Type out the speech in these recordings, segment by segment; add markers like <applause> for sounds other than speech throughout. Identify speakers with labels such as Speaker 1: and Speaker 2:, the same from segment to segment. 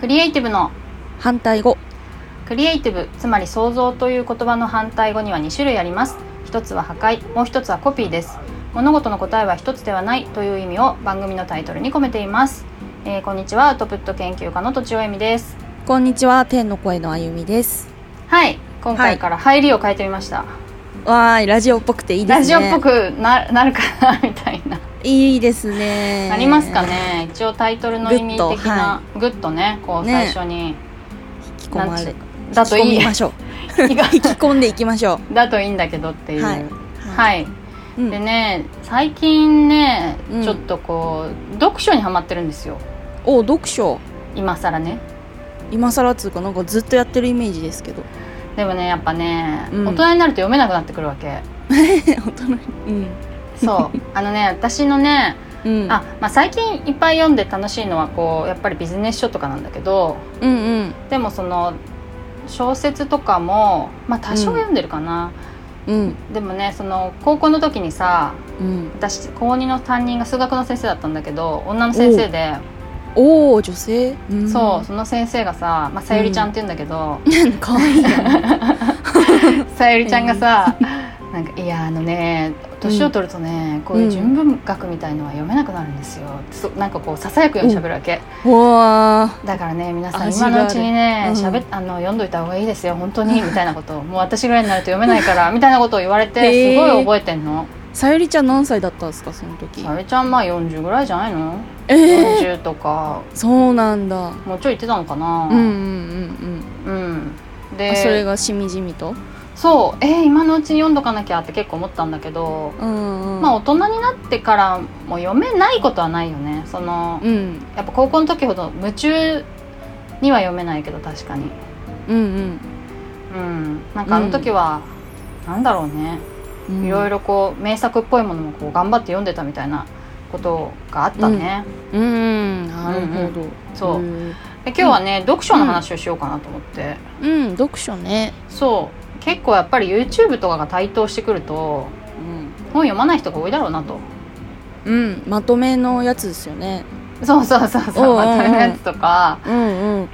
Speaker 1: クリエイティブの
Speaker 2: 反対語
Speaker 1: クリエイティブつまり創造という言葉の反対語には2種類あります一つは破壊もう一つはコピーです物事の答えは一つではないという意味を番組のタイトルに込めています、えーこんにちはアウトプット研究家のとちおえみです
Speaker 2: こんにちは天の声のあゆみです
Speaker 1: はい今回から入りを変えてみました、
Speaker 2: わーいラジオっぽくていいです
Speaker 1: ラ
Speaker 2: ね
Speaker 1: ジオっぽくななるかなみたいない
Speaker 2: いですね
Speaker 1: なりますかね一応タイトルの意味
Speaker 2: グッと
Speaker 1: 的なグッとねこう
Speaker 2: ね
Speaker 1: 最初に、
Speaker 2: 引き込まれ
Speaker 1: なんつだとい
Speaker 2: 引き込
Speaker 1: い
Speaker 2: みま
Speaker 1: <laughs>
Speaker 2: しょう引き
Speaker 1: だ
Speaker 2: 込んでいきましょ
Speaker 1: といいんだけどっていうう
Speaker 2: はいい、
Speaker 1: はい、
Speaker 2: うん
Speaker 1: でね最近ね、
Speaker 2: うん
Speaker 1: ちょっとこう読書にハマってるんですよ
Speaker 2: お読書
Speaker 1: 今更ね
Speaker 2: 今更っつうかなんかずっとやってるイメージですけど
Speaker 1: でもねやっぱね、
Speaker 2: うん
Speaker 1: 大人になると読めなくなってくるわけ
Speaker 2: 本当にうん
Speaker 1: そう
Speaker 2: <laughs>
Speaker 1: あのね私のね、
Speaker 2: うん
Speaker 1: あ、まあ、最近いっぱい読んで楽しいのはこうやっぱりビジネス書とかなんだけど
Speaker 2: うんうん
Speaker 1: でもその小説とかも、まあ、多少読んでるかな、
Speaker 2: うん
Speaker 1: でもねその高校の時にさ
Speaker 2: うん
Speaker 1: 私高2の担任が数学の先生だったんだけど女の先生で、
Speaker 2: おお女性、ん
Speaker 1: そうその先生がさ、まあ、さゆりちゃんって言うんだけど、
Speaker 2: <laughs> かわい
Speaker 1: <laughs>
Speaker 2: いな
Speaker 1: さゆりちゃんがさ、 <laughs> なんか「いやあのね年を取るとね、こういう純文学みたいのは読めなくなるんですよ」そうなんかこうささやくように喋るわけ、
Speaker 2: わ
Speaker 1: だからね皆さん
Speaker 2: 味が
Speaker 1: 今
Speaker 2: ある
Speaker 1: のうちにね、
Speaker 2: うん
Speaker 1: 喋っあの読んどいた方がいいですよ本当にみたいなことをもう私ぐらいになると読めない
Speaker 2: <laughs>
Speaker 1: からみたいなことを言われて
Speaker 2: へ
Speaker 1: す
Speaker 2: ー
Speaker 1: ごい覚えてんの
Speaker 2: ーさゆりちゃん何歳だったんですかその時
Speaker 1: さゆりちゃんまあ40ぐらいじゃないの、
Speaker 2: えー、
Speaker 1: ?40 とか
Speaker 2: そうなんだ
Speaker 1: もうちょい言ってたのかな
Speaker 2: うんうんうん
Speaker 1: うん
Speaker 2: うん
Speaker 1: で
Speaker 2: あそれがしみじみと
Speaker 1: そうえー今のうちに読んどかなきゃって結構思ったんだけど、
Speaker 2: うんうん
Speaker 1: まあ大人になってからも読めないことはないよねその
Speaker 2: うん
Speaker 1: やっぱ高校の時ほど夢中には読めないけど確かに
Speaker 2: うん
Speaker 1: うんなんかあの時は、なんだろうね
Speaker 2: うん
Speaker 1: いろい
Speaker 2: ろ
Speaker 1: ろこう名作っぽいものもこう頑張って読んでたみたいなことがあったね、
Speaker 2: うんうんなるほど、
Speaker 1: そう
Speaker 2: うん
Speaker 1: で今日はね、読書の話をしようかなと思って、
Speaker 2: うん読書ね
Speaker 1: そう結構やっぱり YouTube とかが台頭してくると
Speaker 2: うん、
Speaker 1: 本読まない人が多いだろうなと
Speaker 2: うん、まとめのやつですよね
Speaker 1: そうそうそう <laughs> そう、
Speaker 2: うんうんう
Speaker 1: ま
Speaker 2: ん
Speaker 1: とめのやつとか
Speaker 2: うんうん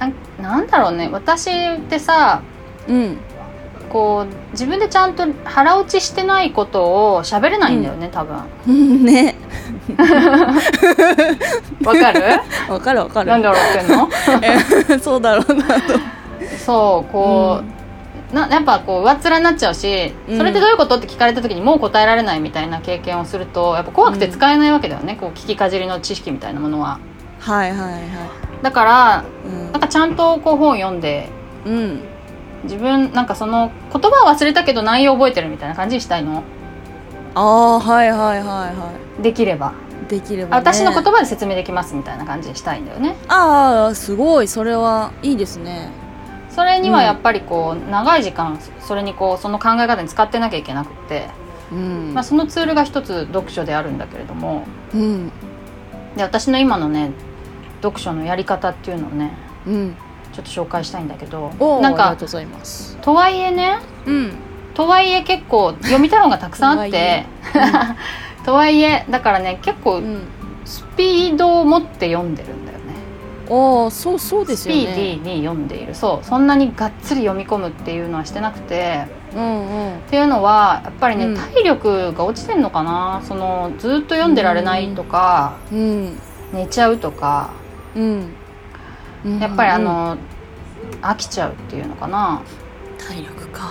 Speaker 1: なんなんだろうね私ってさ
Speaker 2: うん
Speaker 1: こう自分でちゃんと腹落ちしてないことを喋れないんだよね、多分わ
Speaker 2: うん <laughs> ね
Speaker 1: <laughs> かる
Speaker 2: わかるわかる
Speaker 1: なんで笑ってんの
Speaker 2: <laughs> そうだろうなと
Speaker 1: そうこう、なやっぱこう上っ面になっちゃうし、
Speaker 2: うん
Speaker 1: それってどういうことって聞かれた時にもう答えられないみたいな経験をするとやっぱ怖くて使えないわけだよね、こう聞きかじりの知識みたいなものは
Speaker 2: はいはいは
Speaker 1: だから
Speaker 2: い
Speaker 1: なんかちゃんとこう本を読んで
Speaker 2: うん、うん、
Speaker 1: 自分なんかその言葉は忘れたけど内容覚えてるみたいな感じにしたいの
Speaker 2: ああーはいはいはいは
Speaker 1: できれば、
Speaker 2: いできれば、ね、
Speaker 1: 私の言葉で説明できますみたいな感じにしたいんだよね
Speaker 2: ああすごいそれはいいですね
Speaker 1: それにはやっぱりこう長い時間それにこうその考え方に使ってなきゃいけなくって、
Speaker 2: うん、
Speaker 1: まあ、そのツールが一つ読書であるんだけれども
Speaker 2: うん
Speaker 1: で私の今のね読書のやり方っていうのをね
Speaker 2: うん
Speaker 1: ちょっと紹介したいんだけど
Speaker 2: おー
Speaker 1: なん
Speaker 2: ありが
Speaker 1: か
Speaker 2: とうございます
Speaker 1: とはいえね
Speaker 2: うん
Speaker 1: とはいえ結構読みたい本がたくさんあっ
Speaker 2: とはいえ
Speaker 1: てとはいえだからね結構
Speaker 2: うん
Speaker 1: スピードを持って読んでるんだよね
Speaker 2: ああそうそうです
Speaker 1: ス
Speaker 2: よ
Speaker 1: ピ
Speaker 2: ね
Speaker 1: ーディーに読んでいるそうそんなにがっつり読み込むっていうのはしてなくて
Speaker 2: うんうん
Speaker 1: っていうのはやっぱりね、
Speaker 2: うん
Speaker 1: 体力が落ちてんのかなそのずっと読んでられないとか、
Speaker 2: うん
Speaker 1: 寝ちゃうとか
Speaker 2: うんうん
Speaker 1: やっぱりあの、飽きちゃうっていうのかな
Speaker 2: 体力か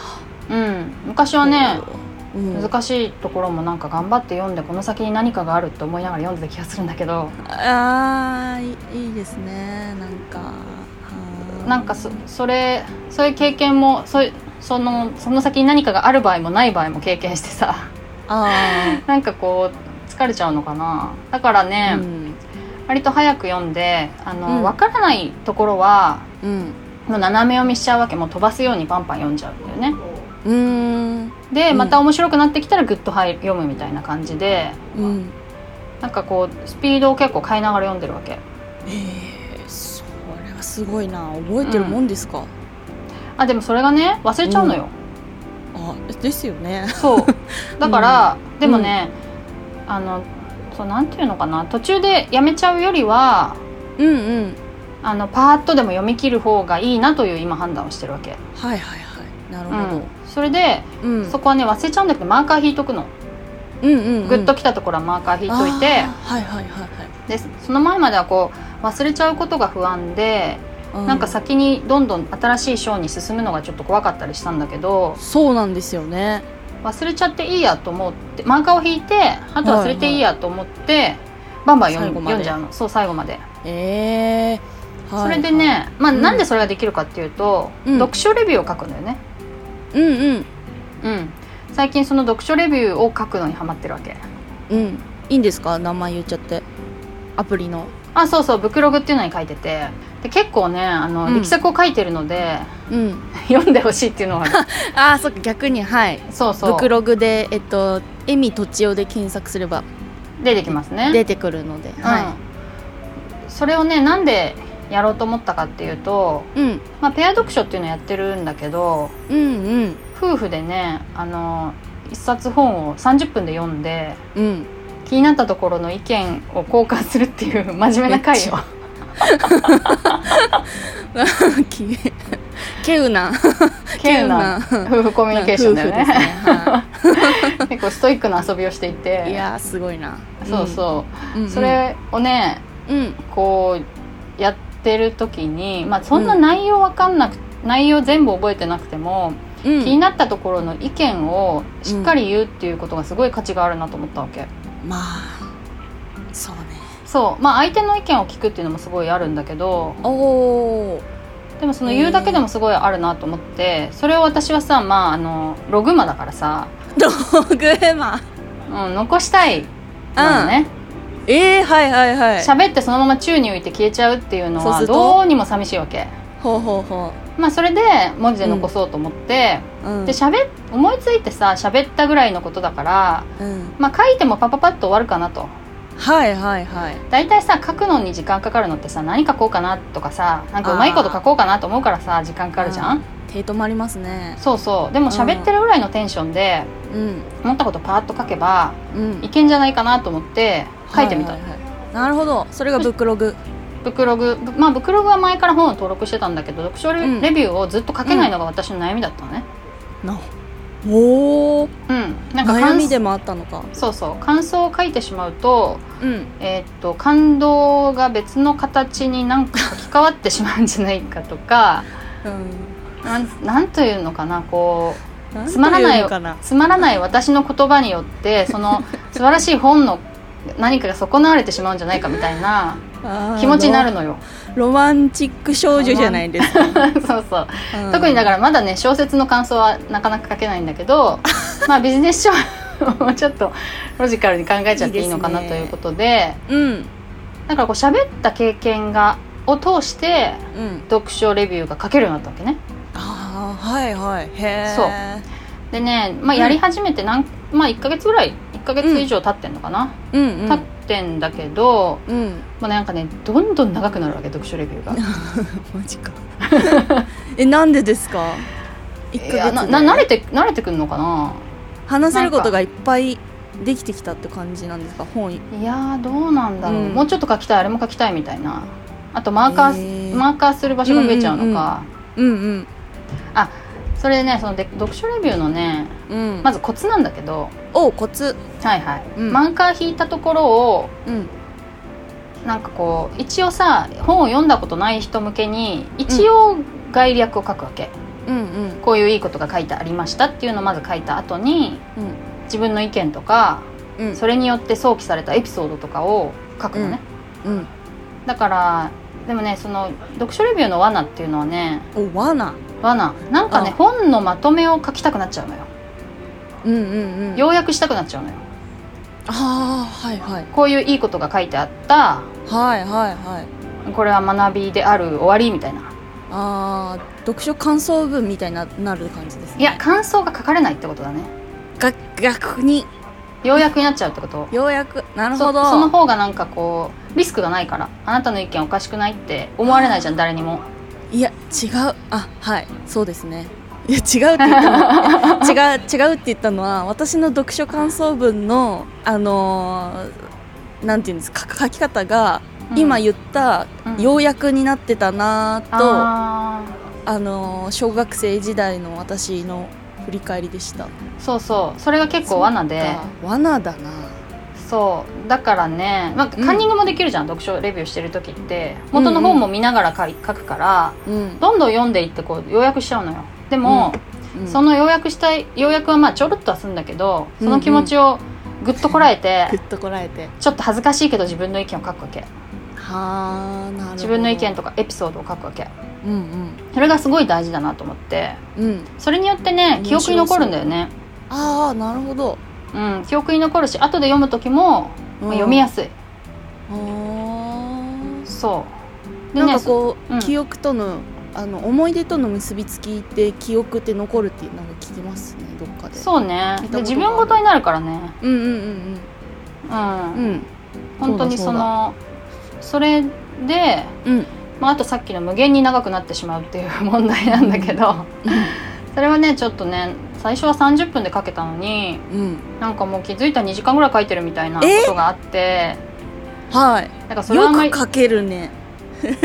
Speaker 1: うん昔はね、
Speaker 2: うん、
Speaker 1: 難しいところもなんか頑張って読んでこの先に何かがあるって思いながら読んでた気がするんだけど
Speaker 2: ああいいいですねなんかあー
Speaker 1: なんかそそれそういう経験もそういうそのその先に何かがある場合もない場合も経験してさ
Speaker 2: あ
Speaker 1: なんかこう疲れちゃうのかなだから
Speaker 2: あ
Speaker 1: ね、
Speaker 2: うん
Speaker 1: 割と早く読んであの、
Speaker 2: うん
Speaker 1: 分からないところは
Speaker 2: うん
Speaker 1: もう斜め読みしちゃうわけもう飛ばすようにパンパン読んじゃうんだよね
Speaker 2: うーん
Speaker 1: で
Speaker 2: うん
Speaker 1: また面白くなってきたらグッと入読むみたいな感じで
Speaker 2: うん
Speaker 1: なんかこうスピードを結構変えながら読んでるわけ
Speaker 2: えー、それはすごいな覚えてるもんですか、
Speaker 1: あでもそれがね忘れちゃうのよ、
Speaker 2: あですよね
Speaker 1: <laughs>
Speaker 2: <laughs>
Speaker 1: そうだから、でもね、あのそうなんていうのかな途中でやめちゃうよりは
Speaker 2: うんうん
Speaker 1: あのパーッとでも読み切る方がいいなという今判断をしてるわけ、
Speaker 2: はいはいはいなる
Speaker 1: う
Speaker 2: ほ
Speaker 1: ん、それで、
Speaker 2: ど、うん
Speaker 1: そこはね忘れちゃうんだけどマーカー引いとくの、
Speaker 2: うんうんうん
Speaker 1: グッときたところはマーカー引いといて
Speaker 2: あーはいはいはいはい
Speaker 1: でその前まではこう忘れちゃうことが不安で、
Speaker 2: う
Speaker 1: なんか先にどんどん新しい章に進むのがちょっと怖かったりしたんだけど
Speaker 2: そうなんですよね
Speaker 1: 忘れちゃっていいやと思ってマーカーを引いてあと忘れていいやと思って、バンバン読
Speaker 2: 最後
Speaker 1: ん
Speaker 2: まで
Speaker 1: 読んじゃうのそう最後まで、
Speaker 2: ええはい
Speaker 1: それでね、まあ、
Speaker 2: うん
Speaker 1: なんでそれができるかっていうと、
Speaker 2: うん
Speaker 1: 読書レビューを書くんだよね、
Speaker 2: はいうんうん
Speaker 1: うん、最近その読書レビューを書くのにハマってるわけ
Speaker 2: うんいいんですか名前言っちゃってアプリの
Speaker 1: あそうそう「ブクログ」っていうのに書いててで結構ねあの、
Speaker 2: うん
Speaker 1: 力作を書いてるので
Speaker 2: うん
Speaker 1: 読んでほしいっていう <laughs> のはある
Speaker 2: <laughs> ああそっか逆にはい
Speaker 1: そうそう
Speaker 2: ブクログでえっと「えみとちお」で検索すれば
Speaker 1: 出てきますね
Speaker 2: 出てくるので、は
Speaker 1: うん、それをねなんでやろうと思ったかっていうと、
Speaker 2: い、うん、
Speaker 1: まあ、ペア読書っていうのやってるんだけど
Speaker 2: うんうん
Speaker 1: 夫婦でねあの一冊本を30分で読んで
Speaker 2: うん <laughs>
Speaker 1: 気になったところの意見を交換するっていう <laughs> 真面目な会を
Speaker 2: きけうな
Speaker 1: 稀有な
Speaker 2: 稀有
Speaker 1: 夫婦コミュニケーションだよ
Speaker 2: 夫婦です
Speaker 1: ね
Speaker 2: は
Speaker 1: <laughs> 結構ストイックな遊びをしてい <laughs>
Speaker 2: いい
Speaker 1: て
Speaker 2: やーすごいな
Speaker 1: そうそ
Speaker 2: うん、うん
Speaker 1: う、
Speaker 2: うん
Speaker 1: それをね
Speaker 2: うん
Speaker 1: こうやってる時に、まあ、そんな内容わかんなく、内容全部覚えてなくても
Speaker 2: うん
Speaker 1: 気になったところの意見をしっかり言うっていうことがすごい価値があるなと思ったわけ、
Speaker 2: まあそうね
Speaker 1: そうまあ相手の意見を聞くっていうのもすごいあるんだけど
Speaker 2: おお
Speaker 1: でもその言うだけでもすごいあるなと思ってそれを私はさまああのログマだからさ、
Speaker 2: ドグマ
Speaker 1: うん、残したいのね
Speaker 2: えー、はいはいはい
Speaker 1: 喋、ってそのまま宙に浮いて消えちゃうっていうの
Speaker 2: そうす
Speaker 1: は
Speaker 2: ると
Speaker 1: どうにも寂しいわけ
Speaker 2: ほうほうほ
Speaker 1: まあそれで文字で残そうと思って、
Speaker 2: う、うん、
Speaker 1: で喋っ思いついてさ喋ったぐらいのことだから
Speaker 2: うん、
Speaker 1: まあ書いてもパパパッと終わるかなと
Speaker 2: はいはいはい
Speaker 1: 大体さ書くのに時間かかるのってさ何書こうかなとかさなんかうまいこと書こうかなと思うからさ時間かかるじゃん、
Speaker 2: う手止まりますね
Speaker 1: そうそうでも喋ってるぐらいのテンションで
Speaker 2: うん
Speaker 1: 思ったことパーッと書けば
Speaker 2: うん
Speaker 1: いけんじゃないかなと思って書いてみた、
Speaker 2: ははいはいなるほどそれがブクログ
Speaker 1: ブクログぶまあブクログは前から本を登録してたんだけど読書レ,、
Speaker 2: うん
Speaker 1: ビューをずっと書けないのが私の悩みだったのね
Speaker 2: なおお
Speaker 1: うん、なんか
Speaker 2: 悩
Speaker 1: 感
Speaker 2: みで
Speaker 1: 想
Speaker 2: もあったのか
Speaker 1: そうそう感想を書いてしまうと,、
Speaker 2: うん
Speaker 1: えーっと感動が別の形になんか書き換わってしまうんじゃないかと
Speaker 2: <laughs>
Speaker 1: かなんなんというのかなこう
Speaker 2: うん
Speaker 1: つまらない
Speaker 2: んてうのかな
Speaker 1: つまらない私の言葉によってその素晴らしい本の何かが損なわれてしまうんじゃないかみたいな
Speaker 2: あー
Speaker 1: 気持ちになるのよ。
Speaker 2: ロマンチック少女じゃないですか、
Speaker 1: <laughs> そうそう特にだかららまだね小説の感想はなかなか書けないんだけ
Speaker 2: <laughs>
Speaker 1: どまあビジネス書をちょっとロジカルに考えちゃっていいのかない
Speaker 2: いで
Speaker 1: と
Speaker 2: すね
Speaker 1: いうことで
Speaker 2: うん
Speaker 1: だからこう喋った経験がを通して
Speaker 2: うん
Speaker 1: 読書レビューが書けるようになったわけね。
Speaker 2: ああはいはいへえ
Speaker 1: そうでね、まあ、やり始めてなん、まあ、1ヶ月ぐらい1ヶ月以上経ってんのかな、
Speaker 2: ううんうん
Speaker 1: 経ってんだけど、
Speaker 2: うん
Speaker 1: もうなんかねどんどん長くなるわけ読書レビュー
Speaker 2: <laughs>
Speaker 1: が。
Speaker 2: マジか <laughs> えなんでですか一
Speaker 1: いや
Speaker 2: ヶ
Speaker 1: な
Speaker 2: 月
Speaker 1: な慣れ
Speaker 2: で
Speaker 1: て慣れてくるのかな
Speaker 2: 話せることがいっぱいできてきたって感じなんですか本
Speaker 1: いやーどうなんだろう、
Speaker 2: うん
Speaker 1: もうちょっと書きたいあれも書きたいみたいなあとマーカー、
Speaker 2: へー
Speaker 1: マーカーする場所が増えちゃうのか、
Speaker 2: うん
Speaker 1: それでねそので読書レビューのね
Speaker 2: うんうん
Speaker 1: まずコツなんだけど
Speaker 2: おコツ
Speaker 1: はいはい、
Speaker 2: うん
Speaker 1: マーカー引いたところを
Speaker 2: うん
Speaker 1: なんかこう一応さ本を読んだことない人向けに一応概略を書くわけ、
Speaker 2: うんうん
Speaker 1: こういういいことが書いてありましたっていうのをまず書いた後に
Speaker 2: うん
Speaker 1: 自分の意見とか
Speaker 2: うん
Speaker 1: それによって想起されたエピソードとかを書くのね、
Speaker 2: うん
Speaker 1: だからでもねその読書レビューの罠っていうのはね
Speaker 2: お罠
Speaker 1: 罠なんかね
Speaker 2: あ
Speaker 1: 本のまとめを書きたくなっちゃうのよ
Speaker 2: うんうんうん
Speaker 1: 要約したくなっちゃうのよ
Speaker 2: ああはいはい
Speaker 1: こういういいことが書いてあった
Speaker 2: はいはいはい
Speaker 1: これは学びである終わりみたいな
Speaker 2: あー読書感想文みたいにななる感じですね
Speaker 1: いや感想が書かれないってことだね
Speaker 2: が逆に
Speaker 1: 要約になっちゃうってこと
Speaker 2: ようやくなる
Speaker 1: そ
Speaker 2: ほど
Speaker 1: その方がなんかこうリスクがないからあなたの意見おかしくないって思われないじゃん誰にも
Speaker 2: いや違うあはいそうですねいや違うって言ったの <laughs> 違う違うって言ったのは私の読書感想文のあのーなんていうんですか書き方が
Speaker 1: うん
Speaker 2: 今言った
Speaker 1: うん
Speaker 2: 要約になってたなぁと、あ
Speaker 1: あ
Speaker 2: のー小学生時代の私の振り返りでした
Speaker 1: ーそうそうそれが結構罠で
Speaker 2: あ罠だな
Speaker 1: そうだからね、まあ、
Speaker 2: うん
Speaker 1: カンニングもできるじゃん、読書レビューしてる時って元の本も見ながら書い書くから、
Speaker 2: うん、
Speaker 1: どんどん読んでいってこう要約しちゃうのよでも、
Speaker 2: うん
Speaker 1: その要約したい要約はまあちょろっとはするんだけどその気持ちをぐっとこらえて、
Speaker 2: ぐっとこらえて
Speaker 1: ちょっと恥ずかしいけど自分の意見を書くわけ
Speaker 2: はあなるほど
Speaker 1: 自分の意見とかエピソードを書くわけ
Speaker 2: うん
Speaker 1: それがすごい大事だなと思って
Speaker 2: うんうん
Speaker 1: それによってね
Speaker 2: 面
Speaker 1: 記
Speaker 2: 白
Speaker 1: 憶
Speaker 2: そう
Speaker 1: に残るんだよね
Speaker 2: ああなるほど、
Speaker 1: うん記憶に残るし後で読む時も、まあ読みや
Speaker 2: す
Speaker 1: す
Speaker 2: い
Speaker 1: い
Speaker 2: あー
Speaker 1: そうで
Speaker 2: なん
Speaker 1: ね
Speaker 2: かこう、
Speaker 1: うん
Speaker 2: 記憶とのあの思い出との結びつきって記憶って残るっていうなんか聞きますねどっかでう
Speaker 1: そうね
Speaker 2: 聞いたことがあ
Speaker 1: で
Speaker 2: る
Speaker 1: 自分ごとになるからね
Speaker 2: うんうん
Speaker 1: うん、
Speaker 2: うんうん
Speaker 1: 本当に
Speaker 2: そ
Speaker 1: そう
Speaker 2: だ
Speaker 1: のそれで、
Speaker 2: うんうん
Speaker 1: まあ、あとさっきの無限に長くなってしまうっていう <laughs> 問題なんだけどそれはねちょっとね最初は30分で書けたのに
Speaker 2: うん
Speaker 1: なんかもう気づいたら2時間ぐらい書いてるみたいなことがあって
Speaker 2: はい
Speaker 1: なんかそれはあんま
Speaker 2: よ
Speaker 1: り
Speaker 2: く書けるね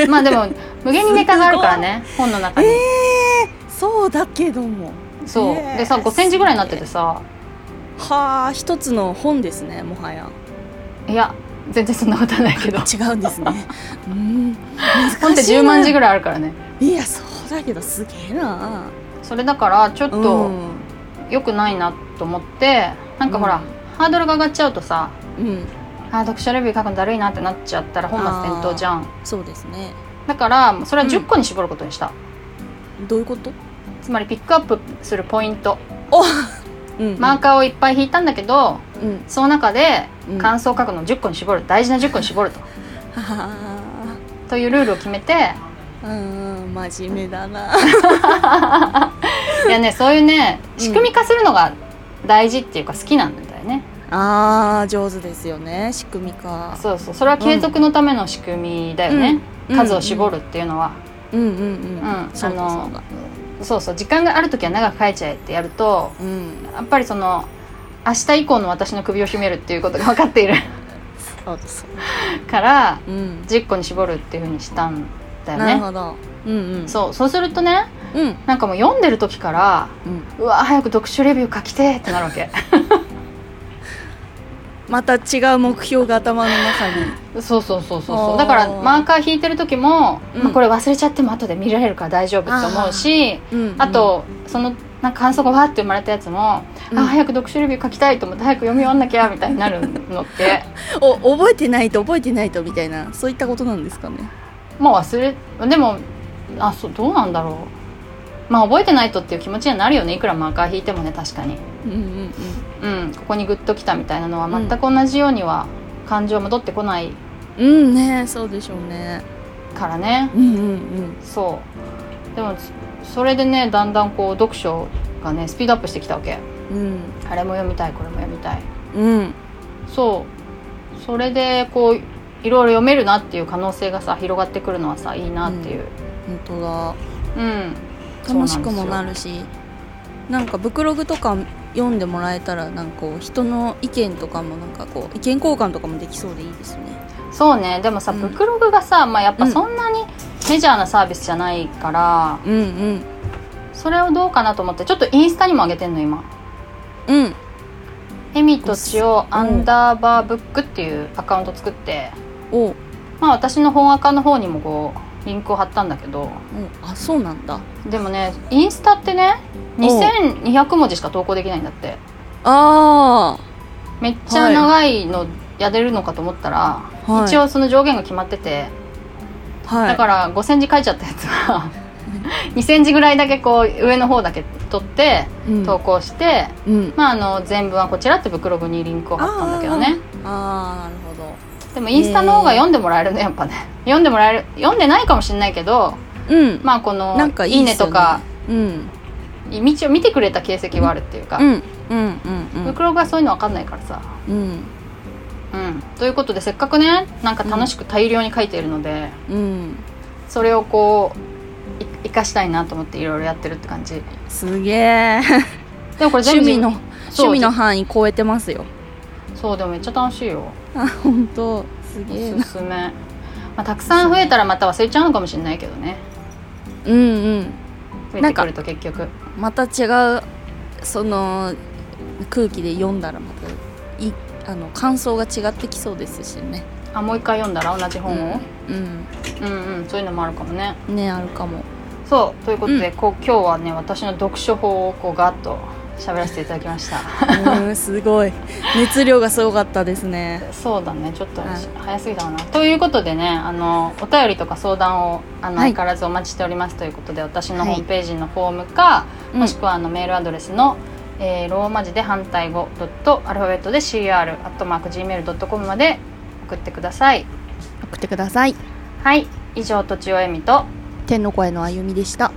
Speaker 1: まあでも無限にネタがあるからね本の中
Speaker 2: え
Speaker 1: に、
Speaker 2: ー、そうだけども
Speaker 1: そう
Speaker 2: えー
Speaker 1: でさ5センチぐらいになっててさ
Speaker 2: はあ一つの本ですねもはや
Speaker 1: いや全然そんなことはないけど
Speaker 2: 違う
Speaker 1: <laughs>
Speaker 2: んですねうん
Speaker 1: 本って
Speaker 2: 難しい
Speaker 1: 10
Speaker 2: な
Speaker 1: 万字ぐらいあるからね
Speaker 2: いやそうだけどすげえな
Speaker 1: それだからちょっ
Speaker 2: う
Speaker 1: と
Speaker 2: ん
Speaker 1: 良くないなと思ってなんかほら、
Speaker 2: うん
Speaker 1: ハードルが上がっちゃうとさ
Speaker 2: うん、
Speaker 1: あー読書レビュー書くのだるいなってなっちゃったら本末転倒じゃん
Speaker 2: そうですね
Speaker 1: だからそれは
Speaker 2: うん
Speaker 1: 10個に絞ることにした、
Speaker 2: どういうこと
Speaker 1: つまりピックアップするポイント
Speaker 2: うん
Speaker 1: マーカーをいっぱい引いたんだけど
Speaker 2: うん
Speaker 1: その中で
Speaker 2: うん
Speaker 1: 感想を書くのを10個に絞る大事な10個に絞ると
Speaker 2: はは
Speaker 1: というルールを決め
Speaker 2: <laughs>
Speaker 1: て
Speaker 2: うん真面目だな
Speaker 1: いやねそういうね
Speaker 2: うん
Speaker 1: 仕組み化するのが大事っていうか好きなんだよね、
Speaker 2: <laughs> あー上手ですよね仕組み化
Speaker 1: そうそうそれは継続のための仕組みだよね、
Speaker 2: うん
Speaker 1: 数を絞るっていうのは、
Speaker 2: うんうんうん、
Speaker 1: うん
Speaker 2: そうだ
Speaker 1: あの
Speaker 2: そうだ
Speaker 1: そうそう時間がある時は長く書いちゃえってやると
Speaker 2: うん
Speaker 1: やっぱりその明日以降の私の首を絞めるっていうことが分かっている <laughs>
Speaker 2: そうだそう
Speaker 1: から
Speaker 2: うん
Speaker 1: 10個に絞るっていうふうにしたんだよ
Speaker 2: なる
Speaker 1: ね
Speaker 2: ほどうんうん
Speaker 1: そうそうするとね
Speaker 2: ううん
Speaker 1: なんかもう読んでる時から
Speaker 2: うん
Speaker 1: うわ早く読書レビュー書きてーってなるわ
Speaker 2: <laughs>
Speaker 1: け
Speaker 2: また違う目標が頭の中に
Speaker 1: そうそうそうそうそ
Speaker 2: あ
Speaker 1: う
Speaker 2: ー
Speaker 1: だからマーカー引いてる時も、
Speaker 2: うん
Speaker 1: まあ、これ忘れちゃっても後で見られるから大丈夫と思うし
Speaker 2: うんうん
Speaker 1: あとそのなんか感想がわーって生まれたやつも、
Speaker 2: うん
Speaker 1: あ早く読書レビュー書きたいと思って早く読み終わんなきゃみたいになるのって
Speaker 2: お覚えてないと覚えてないとみたいなそういったことなんですかね
Speaker 1: もう忘れでもあそうどうなんだろうまあ覚えてないとっていう気持ちにはなるよねいくらマーカー引いてもね確かに
Speaker 2: うんうん
Speaker 1: うんここにグッときたみたいなのは全く同じようには感情戻ってこない
Speaker 2: うんうんねそうでしょうね
Speaker 1: からね
Speaker 2: うんうん
Speaker 1: そうでもそそれでねだんだんこう読書がねスピードアップしてきたわけ
Speaker 2: うん
Speaker 1: あれも読みたいこれも読みたい
Speaker 2: うんうん
Speaker 1: そうそれでこういろいろ読めるなっていう可能性がさ広がってくるのはさいいなっていう
Speaker 2: 本当だ
Speaker 1: うん、そうなんで
Speaker 2: 楽
Speaker 1: す
Speaker 2: し
Speaker 1: よ
Speaker 2: くもなるしなんかブクログとか読んでもらえたらなんかこう人の意見とかもなんかこう意見交換とかもできそうでいいですね
Speaker 1: そうねでもさ、
Speaker 2: うん
Speaker 1: ブクログがさ、まあ、やっぱ
Speaker 2: うん
Speaker 1: そんなにメジャーなサービスじゃないから、
Speaker 2: うんうん
Speaker 1: それをどうかなと思ってちょっとインスタにも上げてんの今
Speaker 2: うん
Speaker 1: エミとチオ
Speaker 2: うん
Speaker 1: アンダーバーブックっていうアカウント作って、
Speaker 2: おう
Speaker 1: まあ私の本アカの方にもこうリンクを貼ったんだけど
Speaker 2: おあそうなんだ
Speaker 1: でもねインスタってね
Speaker 2: お
Speaker 1: 2200文字しか投稿できないんだって
Speaker 2: あ
Speaker 1: めっちゃ長いのやれるのかと思ったら、
Speaker 2: あ、はい、
Speaker 1: 一応その上限が決まってて、
Speaker 2: はい
Speaker 1: だから5センチ書いちゃったやつは <laughs> 2センチぐらいだけこう上の方だけ取って
Speaker 2: うん
Speaker 1: 投稿して、
Speaker 2: うん
Speaker 1: まああの全文はこちらってブクログにリンクを貼ったんだけどね
Speaker 2: ああなるほど
Speaker 1: でもインスタの方が読んでもらえるねやっぱね読んでもらえる読んでないかもしれないけど
Speaker 2: うん
Speaker 1: まあこの
Speaker 2: なんか
Speaker 1: い
Speaker 2: い
Speaker 1: い
Speaker 2: いっ
Speaker 1: ね
Speaker 2: すよ
Speaker 1: とか
Speaker 2: うん
Speaker 1: 道を見てくれた形跡はあるっていうか、
Speaker 2: うんうんうんう
Speaker 1: ブ
Speaker 2: ん
Speaker 1: クログはそういうの分かんないからさ
Speaker 2: うん
Speaker 1: うんということでせっかくねなんか楽しく大量に書いているので、
Speaker 2: うん
Speaker 1: それをこうい生かしたいなと思っていろいろやってるって感じ
Speaker 2: すげえ
Speaker 1: でもこれ
Speaker 2: 趣
Speaker 1: 全部
Speaker 2: 味の
Speaker 1: そう
Speaker 2: 趣味の範囲超えてますよ
Speaker 1: そうでもめっちゃ楽しいよ
Speaker 2: あ本当すげえ
Speaker 1: お
Speaker 2: な
Speaker 1: すすめまあ、たくさん増えたらまた忘れちゃうのかもしれないけどね
Speaker 2: うんうん
Speaker 1: 増えてくると結局
Speaker 2: また違うその空気で読んだらまたいあの感想が違ってきそうですしね
Speaker 1: あもう一回読んだら同じ本を、
Speaker 2: うん、
Speaker 1: うん、うんそういうのもあるかもね
Speaker 2: うんねある <laughs> かも
Speaker 1: そうということで、こう今日はね私の読書法をこうガッと喋らせていただきました
Speaker 2: うんすごい熱量がすごかったですね
Speaker 1: そうだねちょっと
Speaker 2: はい
Speaker 1: 早すぎたかな、ということでねあのお便りとか相談をあの、
Speaker 2: はい
Speaker 1: 相変わらずお待ちしておりますということで私の
Speaker 2: はい
Speaker 1: ホームページのフォームか、
Speaker 2: うん
Speaker 1: もしくはあのメールアドレスの、えーローマ字で反対語ドットアルファベットで CR@gmail.com まで送ってください
Speaker 2: 送ってください
Speaker 1: はい以上とちおえみと
Speaker 2: 天の声のあゆみでした